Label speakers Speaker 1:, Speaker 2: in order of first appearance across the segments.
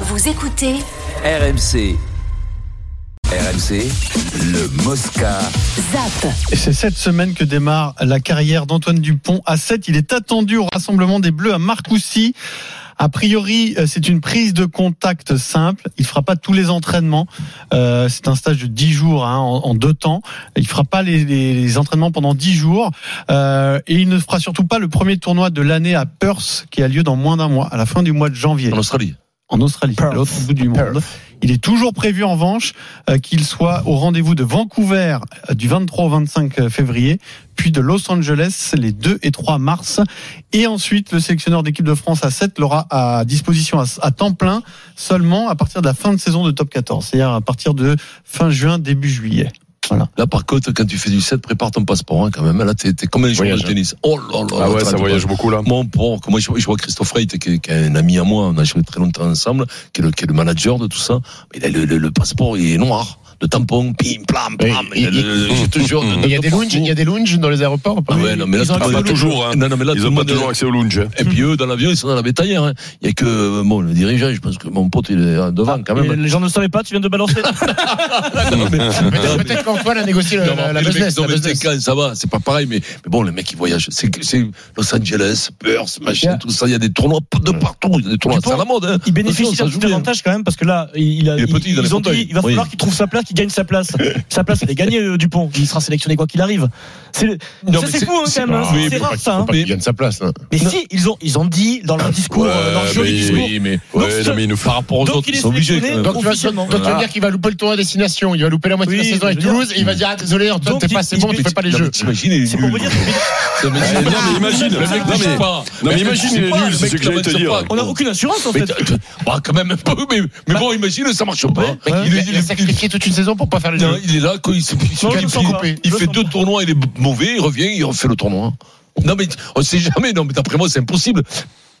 Speaker 1: Vous écoutez
Speaker 2: RMC. RMC, le Mosca.
Speaker 1: ZAP.
Speaker 3: Et c'est cette semaine que démarre la carrière d'Antoine Dupont à 7. Il est attendu au rassemblement des Bleus à Marcoussis. A priori, euh, c'est une prise de contact simple. Il fera pas tous les entraînements. Euh, c'est un stage de 10 jours hein, en, en deux temps. Il fera pas les, les- les entraînements pendant 10 jours. Euh, et il ne fera surtout pas le premier tournoi de l'année à Perth, qui a lieu dans moins d'un mois, à la fin du mois de janvier
Speaker 4: En Australie.
Speaker 3: en Australie, à
Speaker 5: Perth.
Speaker 3: l'autre bout du monde.
Speaker 5: Perth.
Speaker 3: Il est toujours prévu en revanche euh, qu'il soit au rendez-vous de Vancouver euh, du 23 au 25 février, puis de Los Angeles les 2 et 3 mars. Et ensuite, le sélectionneur d'équipe de France à 7 l'aura à disposition à, à temps plein seulement à partir de la fin de saison de top 14, c'est-à-dire à partir de fin juin, début juillet.
Speaker 4: Là, par contre, quand tu fais du 7, prépare ton passeport hein, quand même. Là, t'es t'es comme un joueur
Speaker 6: Voyage, hein.
Speaker 4: de tennis. Oh là là.
Speaker 6: Ah ouais,
Speaker 4: attends,
Speaker 6: ça
Speaker 4: tu
Speaker 6: voyage
Speaker 4: vois.
Speaker 6: beaucoup là.
Speaker 4: Mon pauvre, moi je, je vois Christophe Reit, qui, est- qui est un ami à moi, on a joué très longtemps ensemble, qui est le, qui est le manager de tout ça. Il a le, le- le passeport, il est noir, de tampon, pim, plam, plam.
Speaker 6: Oui,
Speaker 4: Il a
Speaker 6: il-
Speaker 4: le- je te jure.
Speaker 6: il
Speaker 5: Il y a des lounges, il y a des lounges dans les aéroports.
Speaker 4: Ah ouais, non, mais là,
Speaker 6: Ah,
Speaker 4: tout le
Speaker 6: pas
Speaker 4: monde-
Speaker 6: toujours, hein.
Speaker 4: Non, non, mais là, tout
Speaker 6: Ils
Speaker 4: le
Speaker 6: ont pas
Speaker 4: monde-
Speaker 6: toujours accès au lounge. hein.
Speaker 4: Et puis eux, dans l'avion, ils sont dans la bétaillère. hein. Il y a que euh, bon, le dirigeant, je pense que mon pote, il est
Speaker 6: Ah,
Speaker 4: devant quand même.
Speaker 5: gens ne savaient pas, tu viens de balancer. Peut-être peut-être qu'Antoine a négocié
Speaker 1: Euh,
Speaker 5: la,
Speaker 4: Non, mais
Speaker 5: la,
Speaker 4: après,
Speaker 5: la
Speaker 4: le mec,
Speaker 5: business.
Speaker 4: ils ont
Speaker 5: la
Speaker 4: 25
Speaker 5: business.
Speaker 4: ans, ça va, c'est pas pareil, mais, mais bon, les mecs, ils voyagent. C'est que- c'est Los Angeles, Perth, machin,
Speaker 5: Yeah.
Speaker 4: tout ça. Il y a des tournois de partout. Il y a des tournois,
Speaker 7: Dupont,
Speaker 4: c'est à la mode. Hein.
Speaker 7: Il bénéficie
Speaker 4: Attention,
Speaker 7: d'un
Speaker 4: ça joue
Speaker 7: petit
Speaker 4: bien.
Speaker 7: avantage quand même parce que là, il, il a-
Speaker 4: Il est
Speaker 7: il-
Speaker 4: petit, il a les
Speaker 7: ils ont
Speaker 4: fauteuils.
Speaker 7: dit, il va
Speaker 4: Oui.
Speaker 7: falloir qu'il trouve sa place, qu'il gagne sa place. sa place, elle est gagnée, euh, Dupont. Il sera sélectionné quoi qu'il arrive. C'est le-
Speaker 4: Non,
Speaker 7: ça,
Speaker 4: mais
Speaker 7: c'est fou hein,
Speaker 4: c'est-
Speaker 7: quand même. hein.
Speaker 4: oui, mais
Speaker 7: C'est
Speaker 4: pas-
Speaker 7: rare ça. hein.
Speaker 5: Pas qu'il gagne sa place. là.
Speaker 7: Mais si, ils ont, ils ont dit dans leur discours, euh, dans le
Speaker 6: Ouais,
Speaker 7: joli
Speaker 6: mais-
Speaker 7: discours.
Speaker 4: Oui, mais
Speaker 7: Donc,
Speaker 6: Ouais,
Speaker 7: ce-
Speaker 6: non, mais il nous
Speaker 4: par
Speaker 6: faut.
Speaker 4: rapport aux
Speaker 7: Donc,
Speaker 4: autres,
Speaker 7: il
Speaker 4: ils
Speaker 7: est
Speaker 4: sont obligés.
Speaker 7: sélectionné,
Speaker 4: quand même.
Speaker 5: Donc tu vas, tu
Speaker 7: Officiellement.
Speaker 5: vas te
Speaker 4: Ah.
Speaker 5: dire qu'il va louper le tournoi à destination, il va louper la moitié de
Speaker 7: Oui,
Speaker 5: la saison avec
Speaker 7: je veux
Speaker 5: Toulouse et il va dire ah, désolé Antoine
Speaker 7: Donc,
Speaker 5: t'es pas
Speaker 7: il-
Speaker 5: assez bon,
Speaker 7: il-
Speaker 5: tu fais pas les
Speaker 4: Non, mais
Speaker 5: jeux.
Speaker 4: T'imagines, il est
Speaker 7: C'est pour
Speaker 4: nul.
Speaker 7: vous dire.
Speaker 4: Non, mais
Speaker 6: non, mais imagine.
Speaker 4: Le mec
Speaker 6: Non,
Speaker 4: ne
Speaker 6: mais-
Speaker 4: joue pas.
Speaker 6: Non, mais
Speaker 4: Le mec
Speaker 6: imagine,
Speaker 4: ne joue
Speaker 6: il est
Speaker 4: pas,
Speaker 6: nul,
Speaker 4: le
Speaker 6: c'est
Speaker 4: mec
Speaker 6: ce que j'allais te
Speaker 4: n'avance
Speaker 6: dire.
Speaker 4: pas,
Speaker 7: On n'a
Speaker 4: quoi.
Speaker 7: aucune assurance en
Speaker 4: Mais
Speaker 7: fait.
Speaker 4: t'as- t'as- bah, quand même un peu, mais, mais bon, imagine, ça marche pas.
Speaker 5: Il
Speaker 4: Il est-
Speaker 5: a-
Speaker 4: il
Speaker 5: il a
Speaker 4: est- il-
Speaker 5: sacrifié toute une saison pour pas faire les
Speaker 4: Non,
Speaker 5: jeux.
Speaker 4: il est là, quoi, il, se- il se
Speaker 7: Non,
Speaker 4: calme,
Speaker 7: je le sens
Speaker 4: il-
Speaker 7: pas.
Speaker 4: il
Speaker 7: Je le
Speaker 4: fait
Speaker 7: sens
Speaker 4: deux
Speaker 7: pas.
Speaker 4: tournois, il est mauvais, il revient, il refait le tournoi. Non, mais on sait jamais, non, mais d'après moi, c'est impossible.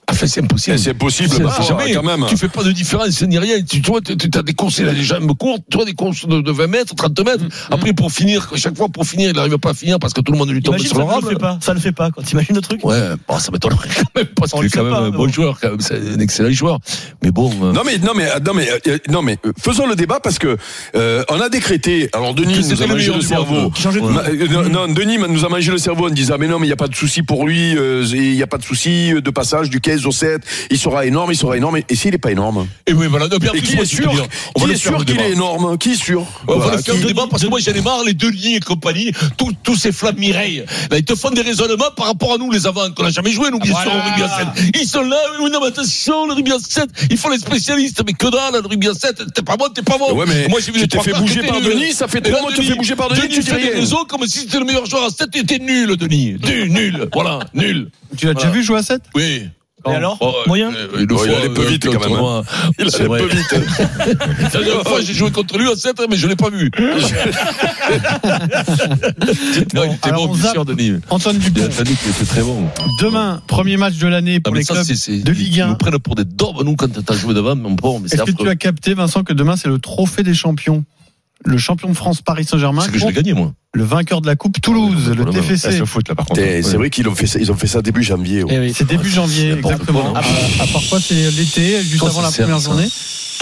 Speaker 4: Enfin, c'est impossible.
Speaker 6: Eh, C'est
Speaker 4: C'est-
Speaker 6: possible, bah,
Speaker 4: c'est jamais.
Speaker 6: quand même.
Speaker 4: Tu fais pas de différence ni rien. Tu, tu vois, tu as des courses, il a des jambes courtes, toi des courses de, de 20 mètres, 30 mètres.
Speaker 7: Mm,
Speaker 4: Après, pour finir, chaque fois pour finir, il n'arrive pas à finir parce que tout le monde lui tombe
Speaker 7: Imagine,
Speaker 4: sur le
Speaker 7: ça ne le
Speaker 4: rame.
Speaker 7: fait pas. Ça le fait pas. Quand t'imagines le truc.
Speaker 4: Ouais, bon, ça m'étonnerait quand même parce
Speaker 7: On
Speaker 4: qu'il
Speaker 7: le
Speaker 4: est quand
Speaker 7: sait
Speaker 4: même
Speaker 7: pas,
Speaker 4: un
Speaker 7: mais
Speaker 4: bon
Speaker 7: bon.
Speaker 4: joueur, quand même, c'est un excellent joueur. Mais bon. euh,
Speaker 6: Non mais non mais non mais euh, non mais euh, faisons le débat parce que euh, on a décrété alors Denis
Speaker 4: Que
Speaker 6: nous
Speaker 4: c'était
Speaker 6: a
Speaker 4: le
Speaker 6: mangé
Speaker 4: meilleur
Speaker 6: le
Speaker 4: du monde.
Speaker 6: cerveau
Speaker 7: Changer de
Speaker 6: Ma- euh, non, non, Denis nous a mangé le cerveau en disant mais non mais il n'y a pas de souci pour lui euh, il n'y a pas de souci euh, de passage du 15 au 7 il sera énorme il sera énorme et s'il n'est pas énorme
Speaker 4: Et oui, voilà. Non, mais en
Speaker 6: et
Speaker 4: plus,
Speaker 6: qui
Speaker 4: moi,
Speaker 6: est
Speaker 4: je vais te
Speaker 6: sûr
Speaker 4: dire, on va
Speaker 6: qui est
Speaker 4: le faire,
Speaker 6: sûr
Speaker 4: le
Speaker 6: qu'il
Speaker 4: débat.
Speaker 6: est énorme qui est sûr
Speaker 4: Ouais, on va
Speaker 6: Voilà,
Speaker 4: le faire
Speaker 6: qui-
Speaker 4: le débat parce que moi j'en ai marre, les Deniers et compagnie, tous, tous ces flammes Mireille, là, ils te font des raisonnements par rapport à nous les avants qu'on n'a jamais joué, nous bien
Speaker 5: Voilà.
Speaker 4: sûr au rugby à 7. Ils sont là, oui, non mais attention, le rugby à 7, ils font les spécialistes, mais que dalle, le rugby à 7, t'es pas bon, t'es pas bon.
Speaker 6: Ouais, mais
Speaker 4: moi j'ai vu
Speaker 6: tu
Speaker 4: les
Speaker 6: t'es
Speaker 4: trois
Speaker 6: fait
Speaker 4: quarts,
Speaker 6: bouger
Speaker 4: t'étais
Speaker 6: par
Speaker 4: nul.
Speaker 6: Denis, ça fait
Speaker 4: Et là,
Speaker 6: trois mois que tu te fais bouger par Denis, tu dis
Speaker 4: Ben, fait des
Speaker 6: rien.
Speaker 4: réseaux comme si c'était le meilleur joueur à 7, t'étais nul, Denis. Nul, nul. Voilà, nul.
Speaker 3: Tu l'as
Speaker 4: Voilà.
Speaker 3: déjà vu jouer à 7
Speaker 4: Oui.
Speaker 7: Et alors
Speaker 4: Oh,
Speaker 7: Moyen
Speaker 4: euh, une
Speaker 6: Ouais, il
Speaker 4: fois,
Speaker 6: allait peu
Speaker 4: euh,
Speaker 6: vite,
Speaker 4: contre
Speaker 6: quand même, hein.
Speaker 4: moi.
Speaker 6: il
Speaker 4: C'est
Speaker 6: allait
Speaker 4: vrai.
Speaker 6: peu vite
Speaker 4: La dernière fois, j'ai joué contre lui à 7, mais je ne l'ai pas vu. Non, il était
Speaker 3: alors
Speaker 4: bon,
Speaker 3: on
Speaker 4: bien
Speaker 3: zappe.
Speaker 4: sûr, Denis.
Speaker 3: Antoine
Speaker 4: Il a
Speaker 3: Dupont,
Speaker 4: dit qu'il était très bon.
Speaker 3: demain, premier match de l'année
Speaker 4: Non,
Speaker 3: pour
Speaker 4: mais
Speaker 3: les
Speaker 4: ça,
Speaker 3: clubs
Speaker 4: c'est- c'est-
Speaker 3: de Ligue
Speaker 4: Ils
Speaker 3: 1.
Speaker 4: nous prennent pour des dorbes, nous, quand t'as joué devant, mon pauvre, mais c'est
Speaker 3: Est-ce que tu
Speaker 4: affreux.
Speaker 3: as capté, Vincent, que demain c'est le trophée des champions Le champion de France Paris Saint-Germain
Speaker 4: C'est que je l'ai
Speaker 3: contre
Speaker 4: gagné, moi.
Speaker 3: le vainqueur de la Coupe Toulouse,
Speaker 4: Ah oui,
Speaker 3: le
Speaker 4: non,
Speaker 3: TFC.
Speaker 4: faute, là, par
Speaker 6: Putain, c'est vrai qu'ils ont fait ça ils ont fait ça début janvier ouais.
Speaker 3: C'est début janvier,
Speaker 4: Oh, n'importe
Speaker 3: exactement.
Speaker 4: quoi,
Speaker 3: Ah,
Speaker 4: hein.
Speaker 3: bah, ah, parfois c'est l'été, juste
Speaker 4: Quand
Speaker 3: avant
Speaker 4: Oh, ça
Speaker 3: la
Speaker 4: sert,
Speaker 3: première
Speaker 4: ça
Speaker 3: journée.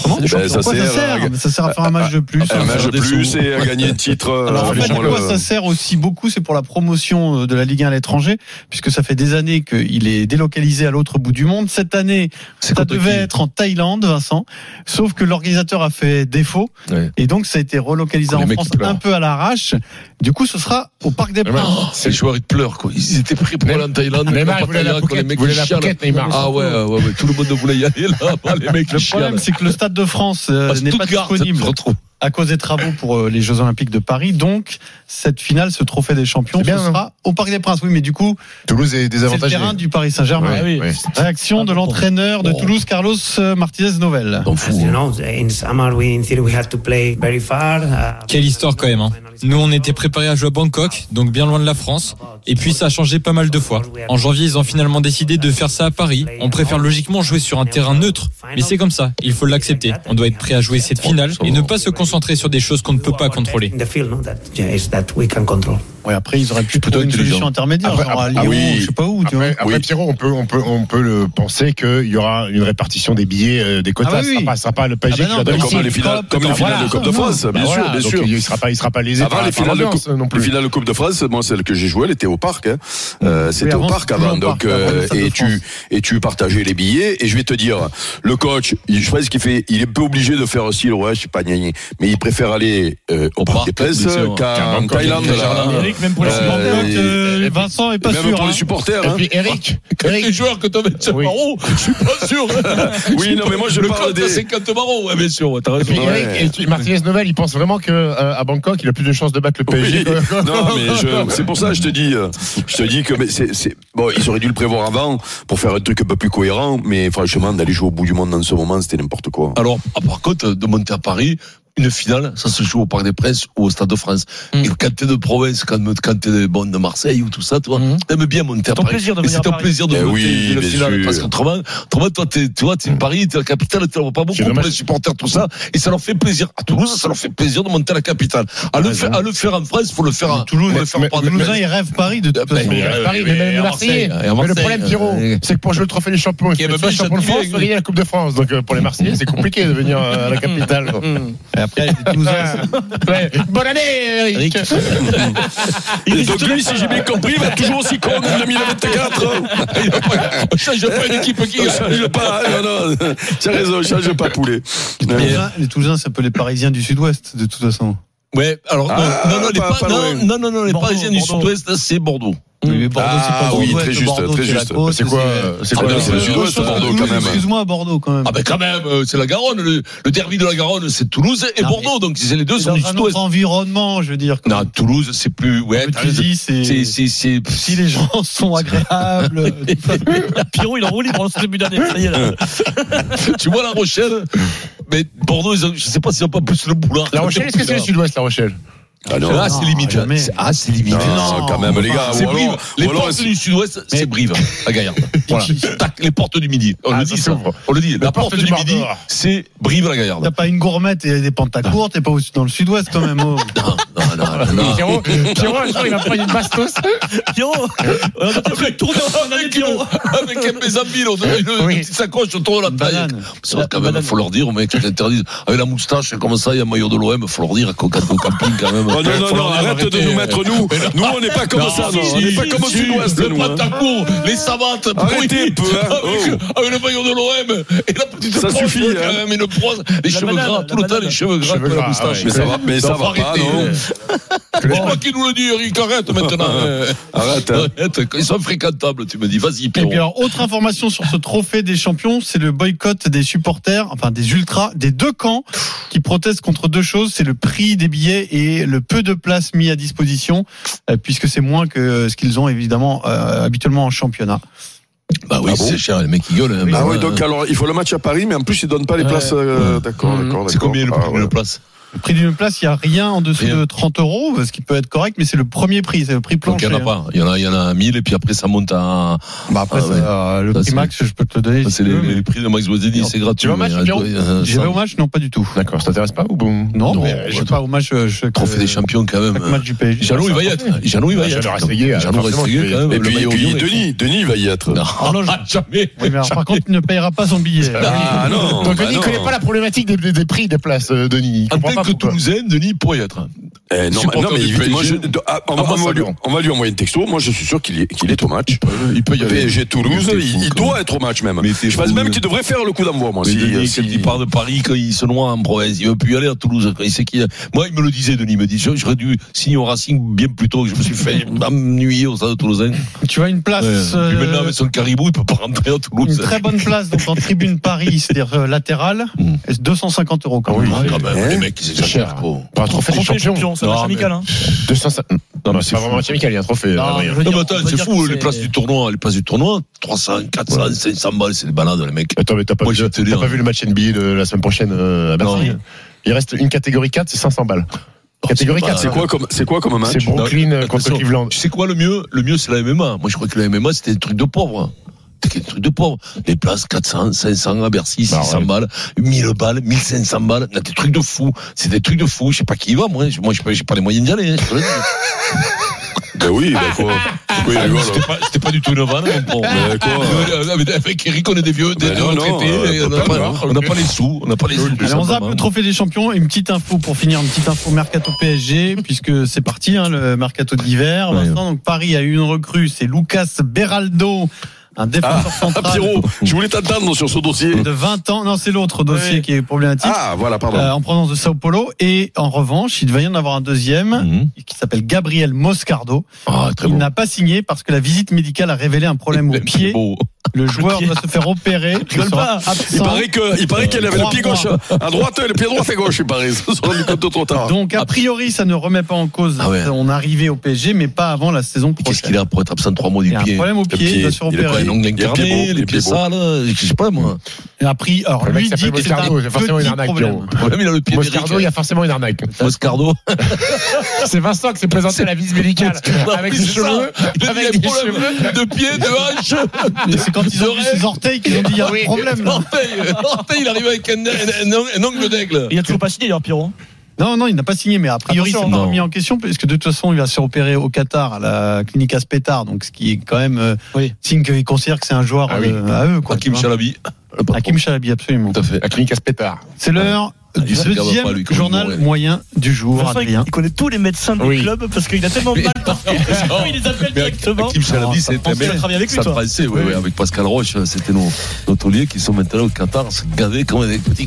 Speaker 3: Comment
Speaker 6: Ben, ça
Speaker 3: Pourquoi ça
Speaker 6: sert,
Speaker 3: sert
Speaker 6: euh,
Speaker 3: Mais Ça sert à faire un match de plus.
Speaker 6: un
Speaker 4: faire
Speaker 6: match
Speaker 4: des
Speaker 6: plus
Speaker 4: sous.
Speaker 6: et à gagner un titre euh,
Speaker 3: Alors en fait, à
Speaker 6: franchement,
Speaker 3: quoi
Speaker 6: le-
Speaker 3: ça sert aussi beaucoup C'est pour la promotion euh, de la Ligue 1 à l'étranger, puisque ça fait des années qu'il est délocalisé à l'autre bout du monde. Cette année,
Speaker 4: C'est
Speaker 3: ça
Speaker 4: contre
Speaker 3: devait
Speaker 4: qui
Speaker 3: être en Thaïlande, Vincent, sauf que l'organisateur a fait défaut,
Speaker 4: Ouais.
Speaker 3: et donc ça a été relocalisé
Speaker 4: Les
Speaker 3: en
Speaker 4: mecs
Speaker 3: France
Speaker 4: qui pleurent.
Speaker 3: un peu à l'arrache. Du coup, ce sera au Parc des Princes.
Speaker 4: Oh, Ces joueurs, ils pleurent, quoi. Ils étaient prêts pour aller en Thaïlande.
Speaker 5: Neymar, il
Speaker 4: contre
Speaker 5: voulait
Speaker 4: Pattaya,
Speaker 5: la
Speaker 4: quoi, les
Speaker 5: Phuket,
Speaker 4: mecs,
Speaker 5: il voulait
Speaker 4: ils
Speaker 5: la
Speaker 4: chialent.
Speaker 5: Phuket, Neymar.
Speaker 4: Ah ouais, ouais, ouais, tout le monde voulait y aller, là. Ah, Les mecs,
Speaker 3: Le
Speaker 4: ils
Speaker 3: problème,
Speaker 4: chialent.
Speaker 3: c'est que le stade de France euh,
Speaker 4: Ah,
Speaker 3: n'est pas
Speaker 4: Stuttgart, ça
Speaker 3: disponible
Speaker 4: se retrouve.
Speaker 3: à cause des travaux pour euh, les Jeux Olympiques de Paris. Donc, cette finale, ce trophée des champions,
Speaker 5: C'est bien,
Speaker 3: ce
Speaker 5: hein.
Speaker 3: sera au Parc des Princes. Oui, mais du coup,
Speaker 5: Toulouse est
Speaker 3: c'est le
Speaker 5: désavantagé.
Speaker 3: terrain du Paris Saint-Germain.
Speaker 5: Ouais,
Speaker 3: Ah oui.
Speaker 5: ouais.
Speaker 3: Réaction de l'entraîneur de
Speaker 4: Oh.
Speaker 3: Toulouse, Carlos euh, Martinez Novel.
Speaker 4: T'en fous,
Speaker 8: As you
Speaker 4: hein.
Speaker 8: know, in summer we in theory we had to play very far. uh,
Speaker 9: Quelle histoire quand même. hein. Nous, on était préparés à jouer à Bangkok, donc bien loin de la France. Et puis ça a changé pas mal de fois. En janvier, ils ont finalement décidé de faire ça à Paris. On préfère logiquement jouer sur un terrain neutre. Mais c'est comme ça, il faut l'accepter. On doit être prêt à jouer cette finale et ne pas se concentrer sur des choses qu'on ne peut pas contrôler.
Speaker 8: In the field, no, that yeah, is that we can control.
Speaker 3: Ouais, après, ils auraient pu
Speaker 4: Plutôt
Speaker 3: trouver une
Speaker 4: intelligent.
Speaker 3: solution intermédiaire,
Speaker 1: Après-
Speaker 3: genre à Lyon,
Speaker 6: ah oui.
Speaker 3: je sais pas où, tu vois.
Speaker 1: Après, après,
Speaker 6: Oui.
Speaker 1: Pierrot, on peut, on peut, on peut le penser qu'il y aura une répartition des billets, euh, des quotas.
Speaker 3: Ah oui,
Speaker 1: Ce sera
Speaker 3: oui.
Speaker 1: pas- ce sera pas le
Speaker 3: Ah
Speaker 1: PSG
Speaker 3: bah
Speaker 1: qui
Speaker 3: non,
Speaker 1: va
Speaker 3: mais
Speaker 1: donner.
Speaker 3: ici,
Speaker 6: comme les finales,
Speaker 3: Klopp,
Speaker 6: comme les
Speaker 3: Klopp,
Speaker 6: finales de
Speaker 3: voilà.
Speaker 6: Coupe de France, bien
Speaker 1: Bah
Speaker 6: sûr,
Speaker 1: voilà,
Speaker 6: bien
Speaker 1: donc
Speaker 6: sûr.
Speaker 1: Il sera pas, il sera pas lésé.
Speaker 6: Avant
Speaker 1: par-
Speaker 6: les
Speaker 1: par
Speaker 6: finales de
Speaker 1: l'ambiance,
Speaker 6: coupe,
Speaker 1: non
Speaker 6: les
Speaker 1: plus.
Speaker 6: finales de Coupe de France, moi celle que j'ai jouée, elle était au parc. Hein. Euh, C'était
Speaker 3: Mmh. avant,
Speaker 6: au parc
Speaker 3: c'était
Speaker 6: avant,
Speaker 3: au
Speaker 6: donc
Speaker 3: parc, avant
Speaker 6: euh,
Speaker 3: les Stades de
Speaker 6: et
Speaker 3: France.
Speaker 6: tu et tu partageais les billets. Et je vais te dire, le coach, il- je pense qu'il fait, il est peu obligé de faire aussi le ouais, je suis pas gna gna, mais il préfère aller euh, au parc des Presses
Speaker 4: bien sûr.
Speaker 1: Qu'à
Speaker 6: qu'en
Speaker 1: Bangkok,
Speaker 6: Thaïlande.
Speaker 1: qu'à
Speaker 6: là.
Speaker 1: Jardin.
Speaker 7: Eric, même pour les
Speaker 6: Euh,
Speaker 7: supporters.
Speaker 3: Donc, euh,
Speaker 4: et- et-
Speaker 3: Vincent est pas
Speaker 6: Même
Speaker 3: sûr.
Speaker 6: pour les
Speaker 3: hein.
Speaker 6: supporters.
Speaker 1: Et
Speaker 6: hein.
Speaker 1: puis Eric,
Speaker 4: Quand les
Speaker 1: Eric,
Speaker 4: joueurs que tu mets sur
Speaker 1: Oui.
Speaker 4: Marot, je suis pas sûr.
Speaker 6: Oui, non, mais moi, je
Speaker 4: le
Speaker 6: parle
Speaker 4: compte
Speaker 6: des-
Speaker 4: à 50 Marot, ouais, hein, bien sûr, ouais, t'as
Speaker 1: et puis
Speaker 4: raison.
Speaker 6: Ouais.
Speaker 1: Eric, et tu- Martinez Novel, il pense vraiment que euh, à Bangkok, il a plus de chances de battre le PSG.
Speaker 6: Oui.
Speaker 1: que-
Speaker 6: Non, mais je- c'est pour ça que je te dis, euh, je te dis que mais c'est, c'est- bon, ils auraient dû le prévoir avant pour faire un truc un peu plus cohérent, mais franchement, d'aller jouer au bout du monde dans ce moment, c'était n'importe quoi.
Speaker 4: Alors, ah, par contre, de monter à Paris, une finale, ça se joue au Parc des Princes ou au Stade de France.
Speaker 7: Mm.
Speaker 4: Et quand t'es de province, quand, quand t'es de, bon, de Marseille ou tout ça, toi,
Speaker 7: Mm.
Speaker 4: t'aimes bien monter à
Speaker 7: ton
Speaker 4: Paris.
Speaker 7: plaisir de
Speaker 4: Et
Speaker 7: venir
Speaker 4: c'est
Speaker 7: à
Speaker 4: ton
Speaker 7: Paris.
Speaker 4: plaisir de
Speaker 6: Eh
Speaker 4: monter
Speaker 6: oui,
Speaker 4: la
Speaker 6: bien
Speaker 4: finale.
Speaker 6: sûr.
Speaker 4: Parce qu'autrement, autrement, toi, t'es, tu vois, t'es une Paris, t'es la capitale, t'en vois pas beaucoup
Speaker 1: C'est
Speaker 4: pour
Speaker 1: dommage.
Speaker 4: les supporters, tout ça. Et ça leur fait plaisir. À Toulouse, ça leur fait plaisir de monter à la capitale. À le, faire, à le faire en France, faut le faire à
Speaker 3: Toulouse,
Speaker 4: faut le faire
Speaker 1: mais-
Speaker 4: au Parc des
Speaker 1: mais-
Speaker 4: Princes.
Speaker 3: Toulousain, ils rêvent Paris de toute façon.
Speaker 1: Mais
Speaker 4: Ouais,
Speaker 1: à Paris,
Speaker 4: mais
Speaker 1: mais même
Speaker 4: à
Speaker 1: les Marseillais.
Speaker 4: Marseille, hein. et à
Speaker 1: Mais le
Speaker 4: Marseille,
Speaker 1: problème, Pierrot,
Speaker 4: euh,
Speaker 1: c'est que pour jouer le trophée des champions, il
Speaker 4: Qui a
Speaker 1: faut être
Speaker 4: même
Speaker 1: soit
Speaker 4: pas
Speaker 1: champion de
Speaker 4: été
Speaker 1: France,
Speaker 4: avec-
Speaker 1: soit gagner la Coupe de France. Donc euh, pour les Marseillais, c'est compliqué de venir euh, à la capitale.
Speaker 4: Mm.
Speaker 1: Ah.
Speaker 3: Et après, les Toulousains,
Speaker 1: Ouais. Bonne année, Eric.
Speaker 4: Ah
Speaker 6: Et donc lui, si j'ai bien compris, il va être toujours aussi con en 2024.
Speaker 4: On change pas une équipe qui
Speaker 6: Ne change pas, hein, non, non. T'as raison, change pas poulet.
Speaker 3: les Toulousains- les Toulousains, c'est un peu les Parisiens du Sud-Ouest, de toute façon.
Speaker 4: Ouais, alors non,
Speaker 6: Ah,
Speaker 4: non, non, les
Speaker 6: pas-
Speaker 4: pas-
Speaker 6: pas
Speaker 4: non,
Speaker 6: loin.
Speaker 4: non, non, non, les
Speaker 7: Bordeaux,
Speaker 4: Parisiens du
Speaker 7: Bordeaux.
Speaker 4: Sud-Ouest, hein, c'est Bordeaux.
Speaker 3: Mais Bordeaux, c'est
Speaker 6: Ah
Speaker 3: pas
Speaker 6: oui,
Speaker 3: Bordeaux,
Speaker 6: très
Speaker 3: c'est
Speaker 6: juste,
Speaker 3: Bordeaux,
Speaker 6: très
Speaker 3: c'est la
Speaker 6: juste.
Speaker 3: côte,
Speaker 1: C'est quoi euh, C'est
Speaker 6: Ah
Speaker 1: quoi
Speaker 6: non, c'est le
Speaker 1: euh,
Speaker 6: Sud-Ouest,
Speaker 3: Autre chose que
Speaker 6: Bordeaux, quand
Speaker 3: Toulouse,
Speaker 6: même.
Speaker 3: Excuse-moi, Bordeaux quand même.
Speaker 4: Ah ben quand même, euh, c'est la Garonne, le, le derby de la Garonne, c'est Toulouse et
Speaker 3: Non,
Speaker 4: Bordeaux, donc c'est les deux
Speaker 3: C'est
Speaker 4: sont du
Speaker 3: dans un
Speaker 4: Sud-Ouest.
Speaker 3: autre environnement, je veux dire. quoi.
Speaker 4: Non, Toulouse, c'est plus, ouais,
Speaker 3: Comme
Speaker 4: t'as
Speaker 3: tu
Speaker 4: raison.
Speaker 3: dis, c'est
Speaker 4: c'est, c'est, c'est,
Speaker 3: si les gens sont agréables. tout ça.
Speaker 7: Pierrot, il enroule, il prend ce début d'année. Ça y est, là.
Speaker 4: tu vois La Rochelle, mais Bordeaux, ils ont- je sais pas s'ils ont pas plus le boulard.
Speaker 1: La Rochelle, est-ce que c'est le Sud-Ouest, La Rochelle
Speaker 6: Ah non.
Speaker 4: Ah, c'est limite.
Speaker 3: jamais.
Speaker 4: C'est- Ah, c'est limite.
Speaker 6: Non,
Speaker 3: non,
Speaker 6: quand même, les gars.
Speaker 4: C'est
Speaker 6: Bah, Ou
Speaker 4: Brive.
Speaker 6: alors,
Speaker 4: Les
Speaker 6: ou alors,
Speaker 4: portes du sud-ouest, c'est Brive, hein, à Gaillarde. Voilà. Tac, les portes du midi. On
Speaker 1: Ah,
Speaker 4: le
Speaker 1: ça
Speaker 4: dit, ça.
Speaker 1: s'ouvre.
Speaker 4: On le dit. La
Speaker 1: porte
Speaker 4: porte
Speaker 1: du
Speaker 4: du midi,
Speaker 1: Mordor.
Speaker 4: c'est Brive, la Gaillarde.
Speaker 3: T'as pas une gourmette et des pantacourtes, t'es pas au- dans le sud-ouest quand même. oh.
Speaker 4: Non, non, non, non.
Speaker 1: Pierrot, Pierrot, je crois qu'il va prendre une bastos.
Speaker 7: Pierrot, on a fait tourner en fin d'année,
Speaker 4: Avec,
Speaker 7: Pierrot.
Speaker 4: une- avec un des amis, on a une, une
Speaker 1: Oui.
Speaker 4: petite sacoche autour de la
Speaker 3: Une
Speaker 4: taille.
Speaker 3: banane.
Speaker 4: Ça, quand même, faut leur dire, aux mecs, ils interdisent. Avec la moustache, comme ça, il y a un maillot de l'OM, faut leur dire qu'au au camping, quand même.
Speaker 6: Oh non, non,
Speaker 4: Faut leur
Speaker 6: non,
Speaker 4: dire,
Speaker 6: arrête de
Speaker 4: arrêtez.
Speaker 6: nous mettre nous. Nous, on n'est pas comme
Speaker 4: Non,
Speaker 6: ça, non.
Speaker 4: si,
Speaker 6: On n'est
Speaker 4: si,
Speaker 6: pas comme au
Speaker 4: si,
Speaker 6: sud-ouest,
Speaker 4: Le
Speaker 6: nous. hein.
Speaker 4: pantacourt, les savates,
Speaker 6: Arrêtez
Speaker 4: pourries,
Speaker 6: un peu, hein.
Speaker 4: avec, avec le maillot de l'OM, et la petite
Speaker 6: Ça
Speaker 4: brosse,
Speaker 6: suffit,
Speaker 4: quand
Speaker 6: hein.
Speaker 4: même, une brosse, les
Speaker 7: La
Speaker 4: cheveux
Speaker 7: banane,
Speaker 4: gras, tout
Speaker 7: la
Speaker 4: le temps,
Speaker 7: banane.
Speaker 4: les cheveux gras,
Speaker 1: Cheveux
Speaker 4: avec la
Speaker 1: gras,
Speaker 4: moustache.
Speaker 1: ouais.
Speaker 6: Mais ça va, mais ça
Speaker 4: Non,
Speaker 6: va
Speaker 4: faut
Speaker 6: pas,
Speaker 4: arrêter.
Speaker 6: non.
Speaker 4: C'est moi qui nous le dis, Eric, arrête maintenant.
Speaker 6: Arrête, hein.
Speaker 4: Arrête, ils sont fréquentables, tu me dis, vas-y,
Speaker 3: Et
Speaker 4: Pierrot.
Speaker 3: puis alors, autre information sur ce trophée des champions, c'est le boycott des supporters, enfin des ultras, des deux camps qui protestent contre deux choses, c'est le prix des billets et le peu de places mis à disposition, euh, puisque c'est moins que ce qu'ils ont évidemment euh, habituellement en championnat.
Speaker 4: Bah oui,
Speaker 6: Ah bon
Speaker 4: c'est cher, les mecs qui gueulent. hein, mais
Speaker 6: Ah oui,
Speaker 4: ouais,
Speaker 6: donc alors, il faut le match à Paris, mais en plus, ils donnent pas les places. euh, D'accord, d'accord,
Speaker 4: C'est
Speaker 6: d'accord.
Speaker 4: combien le
Speaker 6: Ah,
Speaker 4: prix
Speaker 6: ouais.
Speaker 4: de place
Speaker 3: Le prix d'une place, il n'y a rien en dessous
Speaker 4: Rien.
Speaker 3: de 30 euros, ce qui peut être correct, mais c'est le premier prix, c'est le prix
Speaker 4: Donc
Speaker 3: plancher. hein.
Speaker 4: il n'y en a pas. Il y en a, il y en a 1000 et puis après ça monte à.
Speaker 3: Bah après,
Speaker 4: Ah ouais.
Speaker 3: ça, le
Speaker 4: Ça,
Speaker 3: prix
Speaker 4: c'est-
Speaker 3: max, je peux te le donner. si
Speaker 4: C'est
Speaker 3: tu
Speaker 4: les,
Speaker 3: veux, mais-
Speaker 4: les prix de Max Boisini, c'est gratuit.
Speaker 1: vas au match,
Speaker 4: mais,
Speaker 1: Pierrot
Speaker 4: euh,
Speaker 3: J'ai vais
Speaker 4: ça-
Speaker 3: au match Non, pas du tout.
Speaker 1: D'accord, ça t'intéresse pas ou bon
Speaker 3: Non,
Speaker 4: Non,
Speaker 3: mais je
Speaker 4: ouais,
Speaker 3: vais pas au match. euh, Je,
Speaker 4: Trophée des champions quand
Speaker 3: chaque
Speaker 4: même.
Speaker 3: match du PSG.
Speaker 4: Jalon, il va y être. Jalon, il va y
Speaker 1: Jalon
Speaker 4: être.
Speaker 1: Rassegui,
Speaker 4: Jalon
Speaker 1: forcément,
Speaker 4: Rassegui,
Speaker 1: il va y
Speaker 4: quand même.
Speaker 6: Et
Speaker 4: le
Speaker 6: puis, et
Speaker 4: maillot
Speaker 6: puis
Speaker 4: jaune.
Speaker 6: Denis, Denis il va y être.
Speaker 4: Non, ah, jamais.
Speaker 3: Oui, mais alors, par contre, il ne payera pas son billet.
Speaker 6: Ah
Speaker 4: Oh,
Speaker 6: non
Speaker 1: Donc
Speaker 6: bah
Speaker 1: Denis
Speaker 6: non.
Speaker 1: connaît pas la problématique des, des- des prix des places, euh, Denis. Il
Speaker 4: En
Speaker 1: comprend
Speaker 4: tant
Speaker 1: pas
Speaker 4: que
Speaker 1: pourquoi.
Speaker 4: Toulousain, Denis pourrait y être.
Speaker 6: Eh, non, mais- non,
Speaker 4: Supporter
Speaker 6: mais
Speaker 4: du
Speaker 6: il- moi, je-
Speaker 4: PSG.
Speaker 6: de- ah, on,
Speaker 4: Ah,
Speaker 6: va- on
Speaker 4: bah,
Speaker 6: va
Speaker 4: ça
Speaker 6: lui,
Speaker 4: va.
Speaker 6: on va lui envoyer un texto. Moi, je suis sûr qu'il y est- qu'il est au match.
Speaker 4: Il peut y aller.
Speaker 6: PSG Toulouse,
Speaker 4: Mais t'es fou,
Speaker 6: il, il
Speaker 4: quand même.
Speaker 6: doit être au match même.
Speaker 4: Mais t'es
Speaker 6: Je pense
Speaker 4: fou,
Speaker 6: même
Speaker 4: hein.
Speaker 6: qu'il devrait faire le coup d'envoi, moi.
Speaker 4: Mais
Speaker 6: si- euh,
Speaker 4: Denis,
Speaker 6: si-
Speaker 4: quand il part de Paris, quand il se noie en province, il veut plus y aller à Toulouse. Quand il sait qu'il y a- Moi, il me le disait, Denis, il me dit, je- j'aurais dû signer au Racing bien plus tôt que je me suis fait ennuyer au stade toulousain.
Speaker 3: Tu vois une place. euh,
Speaker 4: Puis maintenant, avec son caribou, il peut pas rentrer à
Speaker 3: une
Speaker 4: Toulouse.
Speaker 3: très bonne place donc en tribune Paris, c'est-à-dire euh, latérale,
Speaker 4: Mm.
Speaker 3: et c'est 250 euros quand
Speaker 1: Ah oui.
Speaker 3: même.
Speaker 4: Ah, quand même,
Speaker 6: Hein
Speaker 4: les mecs, c'est
Speaker 1: C'est
Speaker 4: cher,
Speaker 1: cher.
Speaker 4: quoi.
Speaker 1: Pour un trophée des
Speaker 7: Trophée
Speaker 1: champions.
Speaker 7: champion, c'est un
Speaker 4: Non,
Speaker 7: match
Speaker 4: mais-
Speaker 7: amical, hein.
Speaker 1: 200. Non, mais c'est pas
Speaker 4: fou.
Speaker 1: vraiment amical, il y a un trophée. euh,
Speaker 7: Non,
Speaker 1: Adrien.
Speaker 7: je veux
Speaker 4: Non,
Speaker 7: dire,
Speaker 4: mais
Speaker 7: on
Speaker 4: attends,
Speaker 7: peut
Speaker 4: c'est
Speaker 7: dire
Speaker 4: fou,
Speaker 7: que
Speaker 4: les places du tournoi, les places du tournoi, 300, 400, 500 balles, c'est des balades, les mecs.
Speaker 1: Attends, mais t'as pas,
Speaker 4: Moi,
Speaker 1: vu-
Speaker 4: je vais te
Speaker 1: t'as
Speaker 4: dire.
Speaker 1: pas vu le match NBA de la semaine prochaine euh, à Bercy
Speaker 4: Non. Oh,
Speaker 1: Il reste une catégorie 4, c'est 500 balles. Catégorie
Speaker 4: pas-
Speaker 1: 4,
Speaker 6: C'est quoi comme c'est quoi comme match
Speaker 1: C'est Brooklyn euh, contre
Speaker 4: Attention,
Speaker 1: Cleveland.
Speaker 4: Tu sais quoi le mieux Le mieux, c'est la MMA. Moi, je crois que la MMA, c'était un truc de pauvre. C'était un truc de pauvre. Les places, 400, 500 à Bercy,
Speaker 1: Bah,
Speaker 4: 600
Speaker 1: ouais.
Speaker 4: balles, 1000 balles, 1500 balles. Là, des trucs hein, de fou. C'est des trucs de fou. Je sais pas qui y va, moi. Je- Moi, je n'ai pas les moyens d'y aller. hein, je te le dis.
Speaker 6: Ben oui, ben quoi Pourquoi il
Speaker 4: Ah, mais
Speaker 6: rigole
Speaker 4: C'était pas, c'était pas du tout une vanne, mon pauvre.
Speaker 6: Ben quoi
Speaker 4: Ah, mais Avec Eric, on est des vieux, des
Speaker 6: Ben
Speaker 4: des
Speaker 6: non, non,
Speaker 4: retraités,
Speaker 6: euh,
Speaker 4: et on n'a
Speaker 6: totalement.
Speaker 4: pas, on n'a pas les sous, on n'a pas les sous. tout
Speaker 3: Alors, on zappe
Speaker 6: hein.
Speaker 4: simplement.
Speaker 3: le trophée des champions. Une petite info pour finir, une petite info mercato PSG, puisque c'est parti, hein, le mercato d'hiver.
Speaker 4: Ouais.
Speaker 3: Vincent, donc Paris a eu une recrue, c'est Lucas Beraldo, un défenseur
Speaker 6: Ah,
Speaker 3: central
Speaker 6: Pierrot, je voulais t'attendre sur ce dossier.
Speaker 3: de 20 ans. Non, c'est l'autre dossier
Speaker 7: Ouais.
Speaker 3: qui est problématique.
Speaker 6: Ah, voilà,
Speaker 3: euh,
Speaker 6: pardon.
Speaker 3: en provenance de Sao Paulo et en revanche il va y en avoir un deuxième
Speaker 4: Mhm.
Speaker 3: qui s'appelle Gabriel Moscardo
Speaker 4: Ah, très
Speaker 3: il
Speaker 4: bon.
Speaker 3: n'a pas signé parce que la visite médicale a révélé un problème au
Speaker 4: Très
Speaker 3: pied
Speaker 4: beau.
Speaker 3: le joueur doit se faire opérer il
Speaker 7: rigole
Speaker 3: sera
Speaker 6: Il
Speaker 3: absent
Speaker 6: paraît que- il
Speaker 4: Euh,
Speaker 6: paraît qu'elle avait le
Speaker 3: Trois
Speaker 6: pied gauche
Speaker 3: points.
Speaker 6: à droite, le pied droit fait gauche, il paraît. Ils se sont rendus compte trop tard.
Speaker 3: donc a priori ça ne remet pas en cause
Speaker 4: Ah ouais.
Speaker 3: son arrivée au PSG mais pas avant la saison
Speaker 4: Mais Qu'est-ce
Speaker 3: prochaine
Speaker 4: qu'il a pour être absent trois mois
Speaker 3: il
Speaker 4: du
Speaker 3: y a un
Speaker 4: pied
Speaker 3: problème au
Speaker 6: Le
Speaker 3: pied, il
Speaker 6: pied,
Speaker 3: doit se faire
Speaker 6: il est
Speaker 4: Pas
Speaker 3: opérer.
Speaker 4: une ongle incarnée, les pieds sales, euh, je sais pas moi.
Speaker 3: Et a pris- alors
Speaker 1: Le
Speaker 3: lui
Speaker 1: mec
Speaker 3: dit que
Speaker 1: s'appelle
Speaker 3: c'est un
Speaker 1: Moscardo, il y a forcément une
Speaker 3: petit
Speaker 1: arnaque,
Speaker 3: problème.
Speaker 1: Pierrot.
Speaker 4: Le problème, il a le pied
Speaker 1: Moscardo, il y
Speaker 4: d'Eric.
Speaker 1: a forcément une arnaque.
Speaker 4: Moscardo.
Speaker 5: C'est Vincent qui s'est présenté à la visite médicale
Speaker 1: Ah,
Speaker 5: avec
Speaker 4: Oui,
Speaker 5: ses
Speaker 4: c'est ça.
Speaker 5: cheveux,
Speaker 4: Il a
Speaker 5: avec
Speaker 4: des
Speaker 5: des
Speaker 4: problèmes
Speaker 5: cheveux.
Speaker 4: de pied, de hache.
Speaker 3: Mais C'est quand ils ont vu
Speaker 4: J'aurais-
Speaker 3: ses orteils qu'ils ont dit il y a un problème. là.
Speaker 4: L'orteil, l'orteil, il arrive avec un, un- un- un ongle d'aigle.
Speaker 7: Il a toujours pas signé d'ailleurs, Pierrot.
Speaker 3: Non, non, il n'a pas signé, mais a priori, c'est
Speaker 7: Attention.
Speaker 3: pas
Speaker 4: Non.
Speaker 3: remis en question, puisque de toute façon, il va se opérer au Qatar, à la clinique Aspetar, donc ce qui est quand même euh,
Speaker 7: Oui.
Speaker 3: signe qu'ils considèrent que c'est un joueur
Speaker 1: Ah oui.
Speaker 3: euh, à eux. Quoi,
Speaker 4: Hakim
Speaker 3: tu vois.
Speaker 4: Chalabi. Euh,
Speaker 3: Hakim Chalabi, absolument.
Speaker 4: Tout à fait.
Speaker 1: La clinique à se pétard.
Speaker 3: C'est l'heure
Speaker 4: Ah,
Speaker 3: du
Speaker 4: il se regarde
Speaker 3: deuxième
Speaker 4: pas, lui, comme il
Speaker 3: journal
Speaker 4: mourrait.
Speaker 3: moyen du jour,
Speaker 7: Vincent, il,
Speaker 3: Adrien.
Speaker 7: il connaît tous les médecins du
Speaker 1: Oui.
Speaker 7: club parce qu'il a tellement mal parlé. il les appelle
Speaker 4: Mais
Speaker 7: directement.
Speaker 4: Hakim Chalabi,
Speaker 3: Non, ça
Speaker 4: c'était
Speaker 7: Pensez
Speaker 4: bien.
Speaker 7: à travailler avec lui,
Speaker 4: Ça
Speaker 7: toi.
Speaker 4: français, oui, oui, avec Pascal Roche, c'était nos, nos tauliers qui sont maintenant au Qatar, se gaver comme des petits